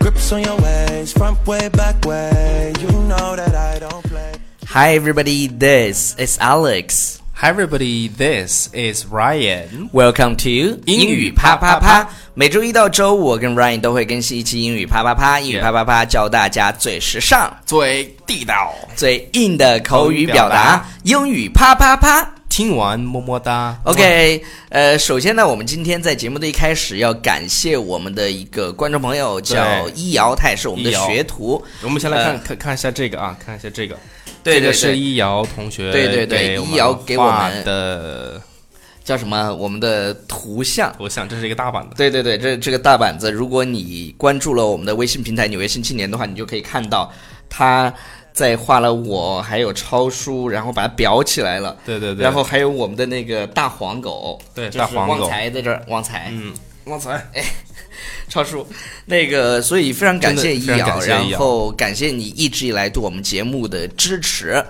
Tricks on your ways, front way, back way. You know that I don't play. Hi, everybody. This is Alex. Hi everybody, this is Ryan. Welcome to 英语啪啪啪。每周一到周五，我跟 Ryan 都会更新一期英语啪啪啪。英语 Yeah 啪啪啪教大家最时尚、最地道，最硬的口语表达。英语啪啪啪。听完么么哒。 OK，呃，首先呢，我们今天在节目的一开始要感谢我们的一个观众朋友，叫对一瑶，他也是我们的一瑶学徒。我们先来呃看看看一下这个啊，看一下这个，对这对个对是一瑶同学对对对给我们一瑶给我们画的叫什么？我们的图像。我想这是一个大版的。对对对，这这个大板子，如果你关注了我们的微信平台“纽约新青年”的话，你就可以看到他在画了我，还有超叔，然后把它裱起来了。对对对，然后还有我们的那个大黄狗，对就是大黄狗旺财在这儿，旺财，嗯，旺财，超叔，那个，所以非常感谢真的易非常瑶，感谢易然瑶后感谢你一直以来对我们节目的支持，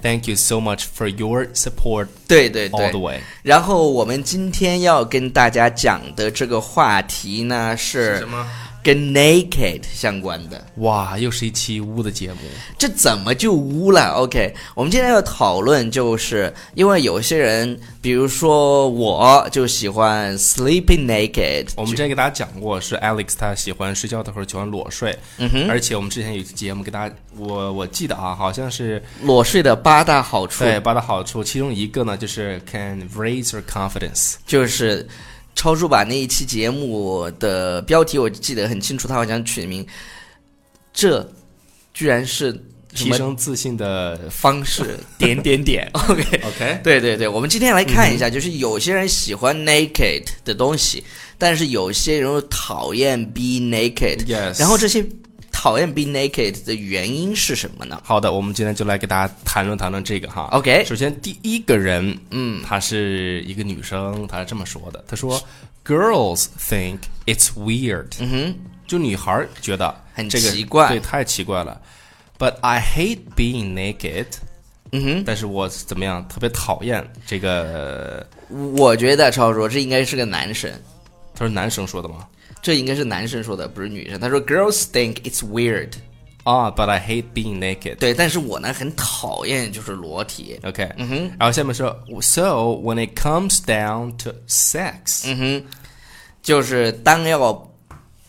Thank you so much for your support 对对 all 对 the，way。然后我们今天要跟大家讲的这个话题呢是么？跟 naked 相关的，哇，又是一期污的节目。这怎么就污了？OK，我们今天要讨论，就是因为有些人，比如说我就喜欢 sleeping naked，我们之前给大家讲过，是 Alex 他喜欢睡觉的时候喜欢裸睡，嗯哼，而且我们之前有一期节目给大家，我我记得啊，好像是裸睡的八大好处对八大好处，其中一个呢就是 can raise your confidence。就是。超叔把那一期节目的标题我记得很清楚，他好像取名，这居然是什提么升自信的方 式点点点。OK， OK，对对对，我们今天来看一下，就是有些人喜欢 naked 的东西，但是有些人又讨厌 be naked。 Yes 然后这些讨厌 be naked 的原因是什么呢？好的，我们今天就来给大家谈论谈论这个哈。 OK 首先第一个人，嗯，她是一个女生，她是这么说的，她说，Girls think it's weird，嗯哼，就女孩儿觉得很这个奇怪对，太奇怪了。But I hate being naked，嗯哼，但是我怎么样，特别讨厌这个。我觉得超叔这应该是个男生，他是男生说的吗？这应该是男生说的，不是女生。他说 girls think it's weird，啊、b u t Ah, I hate being naked。对，但是我呢很讨厌就是裸体。 OK，嗯哼，Mm-hmm. 然后下面说，So when it comes down to sex，、嗯哼，就是当要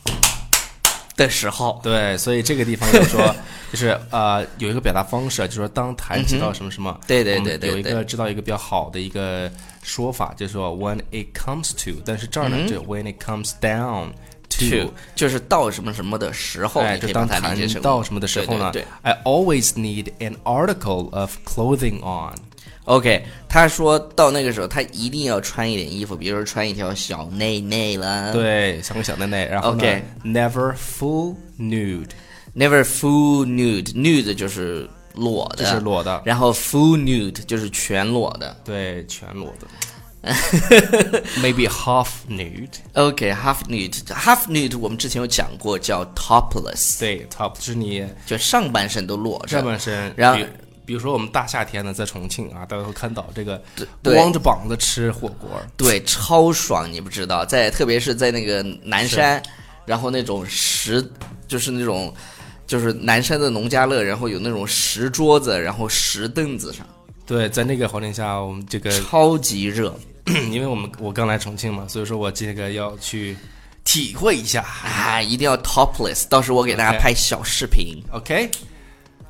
的时候，对，所以这个地方就说，就是呃，有一个表达方式啊，就说当谈及到什么什么，对对我们对对有一对个知道一个比较好的一个说法，就是说 when it comes to，但是这儿呢，就 when it comes down to，就是到什么什么的时候，哎，你可就以把当它谈理解成到什么的时候呢对对对，I always need an article of clothing on。 OK，他说到那个时候，他一定要穿一点衣服，比如说穿一条小内内啦。对，像个小奶奶，然后呢 OK ，never full nude， ，never full nude，nude 就是裸的，就是裸的然后 full nude 就是全裸的。对，全裸 的，maybe half nude， OK，half、nude，half nude 我们之前有讲过，叫 topless，对，top 就是你就上半身都裸着。上半身，然比比如说我们大夏天呢，在重庆啊，大家会看到这个对光着膀子吃火锅，对，超爽，你不知道，在特别是在那个南山，然后那种石，就是那种，就是南山的农家乐，然后有那种石桌子，然后石凳子上，对，在那个环境下，我们这个， 超级热。因为我们我刚来重庆嘛，所以说我这个要去体会一下啊，一定要 topless，到时候我给大家 OK 拍小视频。 ，OK。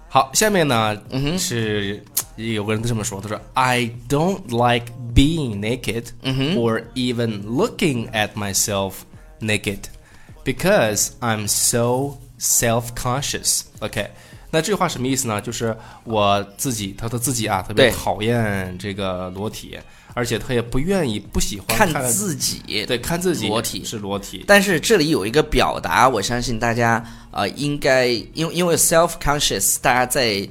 好，下面呢、嗯是有个人这么说，他说：“I don't like being naked、or 嗯 even looking at myself naked because I'm so self-conscious。” OK，那这句话什么意思呢？就是我自己，他说自己啊，特别对讨厌这个裸体，而且他也不愿意、不喜欢看看到自己，对看自己裸体是裸体，但是这里有一个表达，我相信大家呃应该，因为因为 self conscious，大家在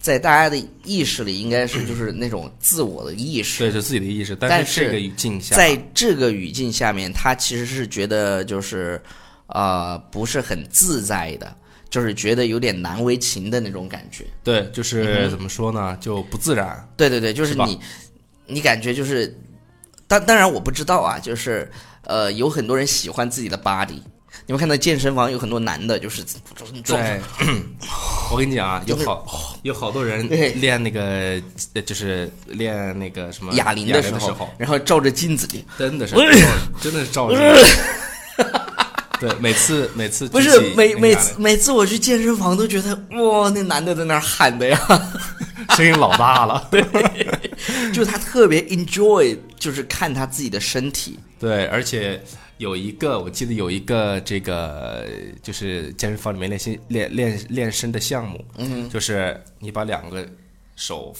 在大家的意识里应该是就是那种自我的意识对，。是自己的意识。但是这是个语境下，在这个语境下面，他其实是觉得就是呃不是很自在的，就是觉得有点难为情的那种感觉。对，嗯就是怎么说呢，就不自然。对对对，就是是吧你，你感觉就是，当当然我不知道啊，就是呃，有很多人喜欢自己的 body，你们看到健身房有很多男的，就是壮 对，我跟你讲啊，有 好有好多人对练那个，呃就是练那个什么哑铃铃的时时候，嗯候，然后照着镜子里，真的是真的是照着练。对，每次每次嗯不举是起每那个每哑次铃每次我去健身房都觉得哇，那男的在那儿喊的呀，声音老大了。对 就他特别 enjoy，就是看他自己的身体。对，而且有一个我记得有一个这个就是健身房里面练心练练练身的项目，嗯，就是你把两个手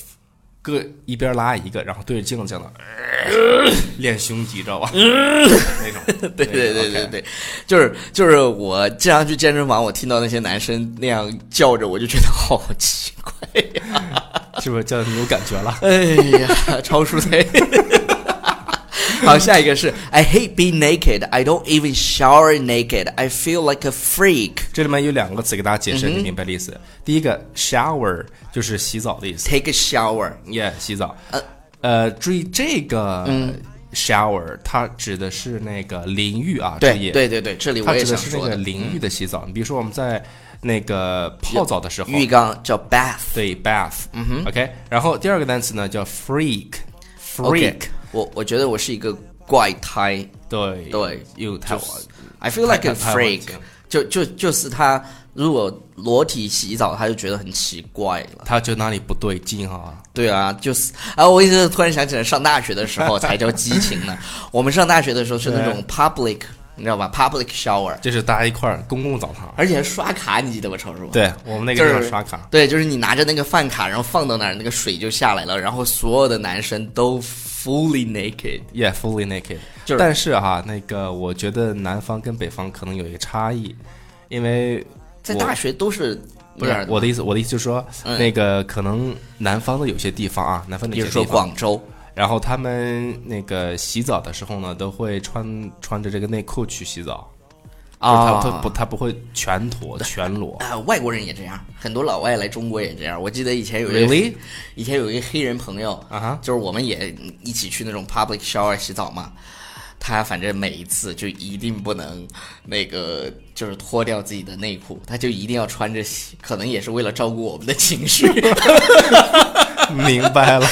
各一边拉一个，然后对着镜子这样的、 练胸肌，知道吧？那种，嗯对对对对对，就是就是我经常去健身房，我听到那些男生那样叫着，我就觉得好奇怪呀。 o 是不是叫你有感觉了？哎呀， 超蔬菜。好，下一个是 I hate being naked. I don't even shower naked. I feel like a freak. 这里面有两个词给大家解嗯释，你明白的意思。第一个 shower 就是洗澡的意思 Take a shower. ，yeah，洗澡。呃，注意这个嗯 shower，它指的是那个淋浴啊，注对意对对对，这里它我也指的想是说那的。个淋浴的洗澡。你比如说我们在那个泡澡的时候，浴缸叫 bath。对 bath，嗯哼，OK。然后第二个单词呢叫 freak，freak， OK，我我觉得我是一个怪胎。对对又太就是 I feel like a 太太太 freak，就就就是他如果裸体洗澡，他就觉得很奇怪了。他觉得哪里不对劲啊？对啊，就是啊，我一直突然想起来，上大学的时候才叫激情呢。 我们上大学的时候是那种 public，你知道吧？public shower，这是大家一块儿公共澡堂，而且还刷卡，你记得吧，超叔？。对我们那个就地方是刷卡，对，就是你拿着那个饭卡，然后放到那儿，那个水就下来了，然后所有的男生都 fully naked。 Yeah, fully naked。就是但是哈，那个我觉得南方跟北方可能有一个差异，因为在我大学都是啊嗯不那样是的我的意思，我的意思就是说，那个可能南方的有些地方啊，南方的比有如些说地方，广州，然后他们那个洗澡的时候呢，都会穿穿着这个内裤去洗澡，啊就是他他不他不会全脱 全裸。啊、外国人也这样，很多老外来中国也这样。我记得以前有一个 Really？以前有一个黑人朋友啊哈就是我们也一起去那种 public shower 洗澡嘛。他反正每一次就一定不能那个，就是脱掉自己的内裤，他就一定要穿着洗，可能也是为了照顾我们的情绪， 明白了，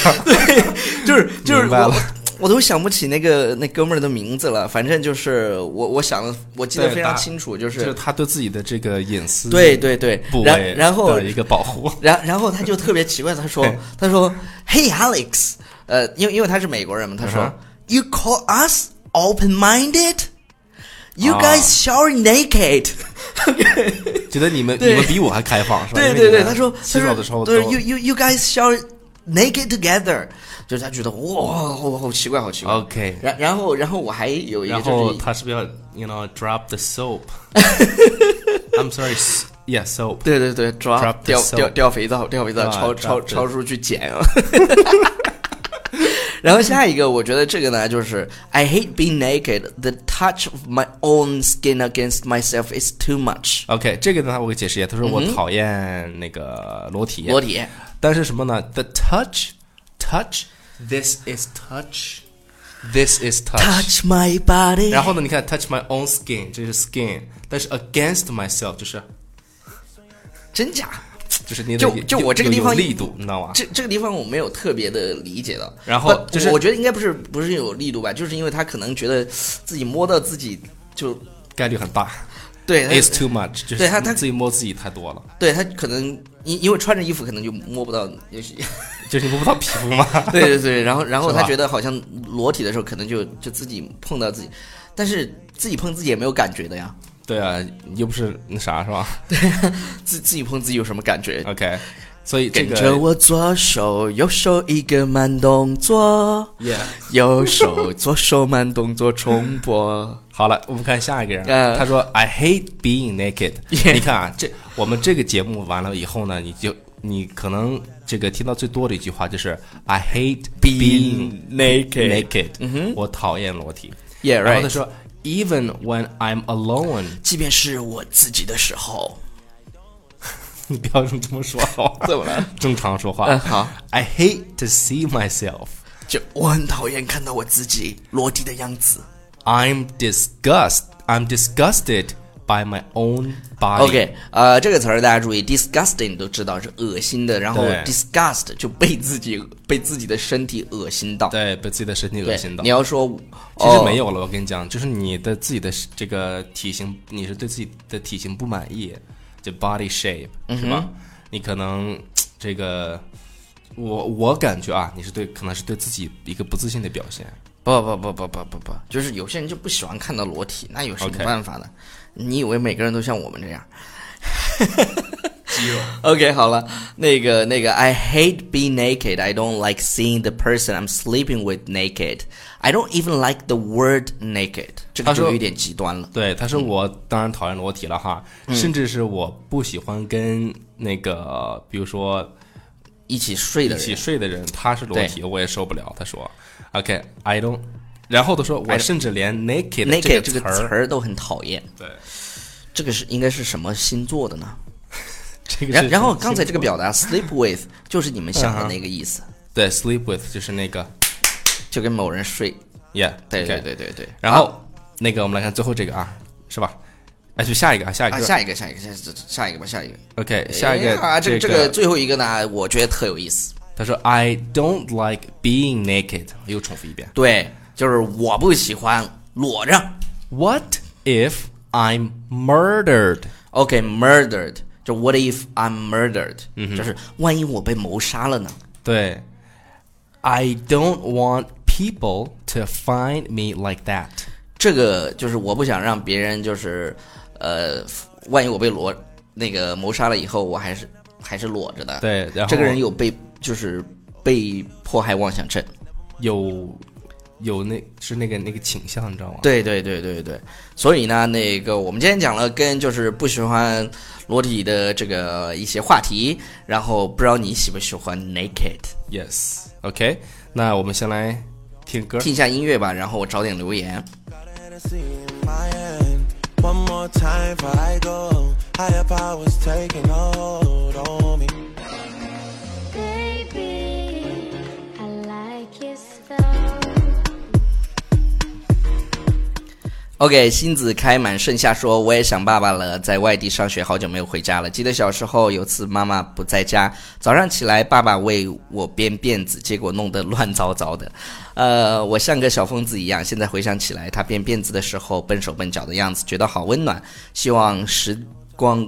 就是就是明白了我我都想不起那个那哥们儿的名字了。反正就是我我想的，我记得对非常大清楚，就就是是他对自己的这个隐私对对对部，位然然后的一个保 护。然然后他就特别奇怪，他说他说，Hey Alex，呃，因为因为他是美国人嘛，他说、嗯哼 You call us open minded。You 啊 guys shower naked，、觉得你们对你们比我还开放是吧？对因为对你对，们他说洗他澡说的时候都对，You you you guys shower naked together，就是他觉得哇，好好奇怪，好奇怪。 OK 然然后然后我还有一个然后就是，他是不是要，you know drop the soap？I'm sorry, s- yeah soap。对对对，抓 Drop the 掉 soap 掉掉肥皂，掉肥皂，啊超 drop 超 the- 超出去捡 啊。 然后下一个，我觉得这个呢，就是 I hate being naked. The touch of my own skin against myself is too much. OK，这个呢，我给解释一下。他说我讨厌那个裸体，嗯裸体，但是什么呢？The touch, touch, this is touch, this is touch。 touch my body. 然后呢，你看 touch my own skin，这是 skin，但是 against myself 就是真假？就是你的就就我这个地方有有力度，你知道吗？这这个地方我没有特别的理解到。然后不就是我觉得应该不是不是有力度吧，就是因为他可能觉得自己摸到自己就概率很大。对他 It's too much，就是呃对他他自己摸自己太多了，对他可能因因为穿着衣服可能就摸不到，也许。就是你摸不到皮肤嘛。对对对，然后然后是他吧觉得好像裸体的时候可能就就自己碰到自己，但是自己碰自己也没有感觉的呀， 对啊，又不是那啥是吧 自自己碰自己有什么感觉？ ？OK，所以呃这跟个着我左手右手一个慢动作， Yeah 右手左手慢动作重播。 好了，我们看下一个人，嗯他说 I hate being naked。 Yeah 你看啊，这我们这个节目完了以后呢，你就你可能这个听到最多的一句话就是 I hate being Being naked naked。我讨厌裸体。 Yeah, 然后他 right。说 Even when I'm alone，即便是我自己的时候，你不要这么说好吗？怎么了？ 正常说话。嗯好。 I hate to see myself. 就我很讨厌看到我自己裸体的样子。 I'm disgust. I'm disgusted by my own body。 OK，呃，这个词儿大家注意，disgusting 都知道是恶心的，然后对 disgust 就被自己被自己的身体恶心到，对，被自己的身体对恶心到你。要说，其实哦没有了，我跟你讲，就是你的自己的这个体型，你是对自己的体型不满意，就 body shape 嗯是吧？你可能这个，我我感觉啊，你是对可能是对自己一个不自信的表现。不不不不不不不，就是有些人就不喜欢看到裸体，那有什么 OK 办法呢你以为每个人都像我们这样？OK，好 了，那个那个，I hate being naked. I don't like seeing the person I'm sleeping with naked. I don't even like the word naked. 这个他说就有一点极端了。对，他说我当然讨厌裸体了哈，嗯甚至是我不喜欢跟那个，比如说一起睡的一起人，睡的人，他是裸体，我也受不了。他说，OK，I、don't，然后他说我甚至连 naked naked 这这个个词词儿，儿都很讨厌。对，这个是应该是什么星座的呢？这个嗯然是然后刚才这个表达 sleep with 就是你们想的那个意思，对 sleep with 就是那个就跟某人睡。 ，yeah，对对 OK 对对对。然后、那个我们来看最后这个啊，是吧？哎，去下一个啊，下一个、啊，下一个，下一个，下下一个吧，下一个。 OK，下一个、哎呀这个个这个最后一个呢，我觉得特有意思。他说 I don't like being naked，又重复一遍对，就是我不喜欢裸着。 ，What if I'm murdered？ OK，murdered，、就 What if I'm murdered？、就是嗯万一我被谋杀了呢？对，I don't want people to find me like that。这个就是我不想让别人就是，呃，万一我被裸那个谋杀了以后，我还是还是裸着的。，对，然后这个人有被就是被迫害妄想症。有有那是那个那个倾向，你知道吗？对对对对对，所以呢，那个我们今天讲了跟就是不喜欢裸体的这个一些话题，然后不知道你喜不喜欢 naked， ，Yes，OK，、那我们先来听歌。听一下音乐吧，然后我找点留言。 Got a Hennessy in my hand. One more time before I go. Higher powers taking hold on me. Baby, I like your style. OK，星子开满盛夏说：“我也想爸爸了，在外地上学，好久没有回家了。记得小时候有次妈妈不在家，早上起来爸爸为我编辫子，结果弄得乱糟糟的。呃，我像个小疯子一样。现在回想起来，他编辫子的时候笨手笨脚的样子，觉得好温暖。希望时光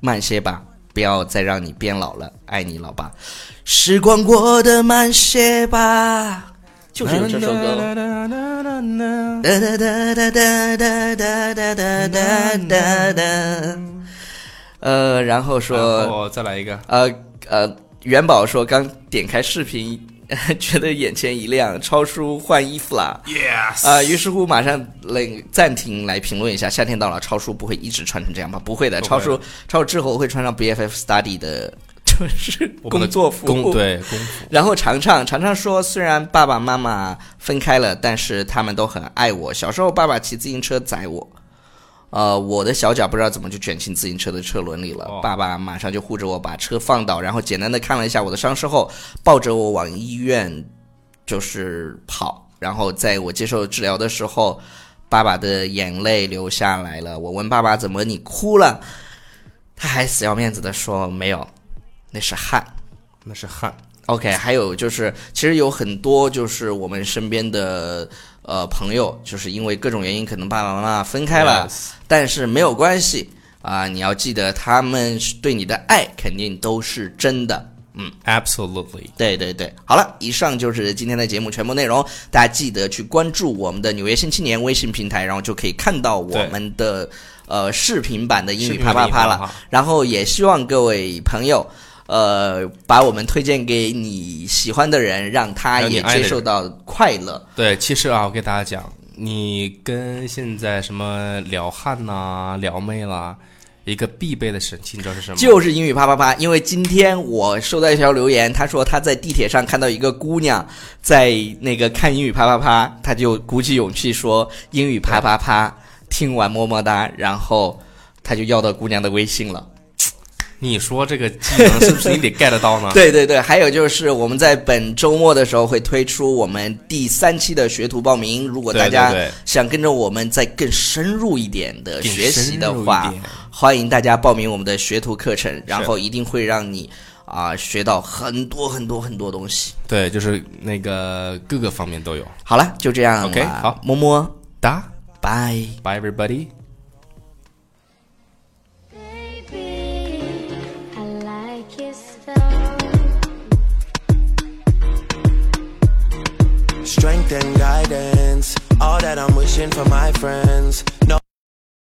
慢些吧，不要再让你变老了。爱你，老爸。时光过得慢些吧，就是有这首歌了。”哒哒哒哒哒哒哒哒哒哒哒哒。呃，然后然说，后再来一个，呃呃，元宝说刚点开视频， 觉得眼前一亮，超叔换衣服啦。 Yes，啊、于是乎马上那个暂停来评论一下，夏天到了，超叔不会一直穿成这样吧？不会的，不会超叔超叔之后会穿上 BFF study 的， 就是工作服，工对工服，然后常常常常说，虽然爸爸妈妈分开了，但是他们都很爱我。小时候，爸爸骑自行车载我，呃，我的小脚不知道怎么就卷进自行车的车轮里了。哦爸爸马上就护着我把车放倒，然后简单的看了一下我的伤势后，抱着我往医院就是跑。然后在我接受治疗的时候，爸爸的眼泪流下来了。我问爸爸怎么你哭了，他还死要面子的说没有，那是汗。那是汗。 OK，还有就是，其实有很多就是我们身边的呃朋友，就是因为各种原因，可能爸爸妈妈分开了 Yes 但是没有关系啊、你要记得他们是对你的爱肯定都是真的。嗯 Absolutely，对对对，好了，以上就是今天的节目全部内容，大家记得去关注我们的《纽约新青年》微信平台，然后就可以看到我们的呃视频版的英语啪啪啪视频版英语啪啪了啪。然后也希望各位朋友。呃，把我们推荐给你喜欢的人，让他让你也爱的接受人到快乐。对，其实啊，我给大家讲，你跟现在什么撩汉呐、撩妹啦，一个必备的神器，你知道是什么吗？就是英语啪啪啪，因为今天我收到一条留言，他说他在地铁上看到一个姑娘在那个看英语啪啪啪，他就鼓起勇气说英语啪啪啪，听完么么哒，然后他就要到姑娘的微信了。你说这个技能是不是你得 get 到呢？对对对，还有就是我们在本周末的时候会推出我们第三期的学徒报名，如果大家对对对想跟着我们再更深入一点的学习的更话深入一点，欢迎大家报名我们的学徒课程，然后一定会让你啊、学到很多很多很多东西。对，就是那个各个方面都有。好了，就这样了 OK，好么么，哒拜。 ，Bye everybody。 Baby, I like your style. Strength and guidance, all that I'm wishing for my friends. No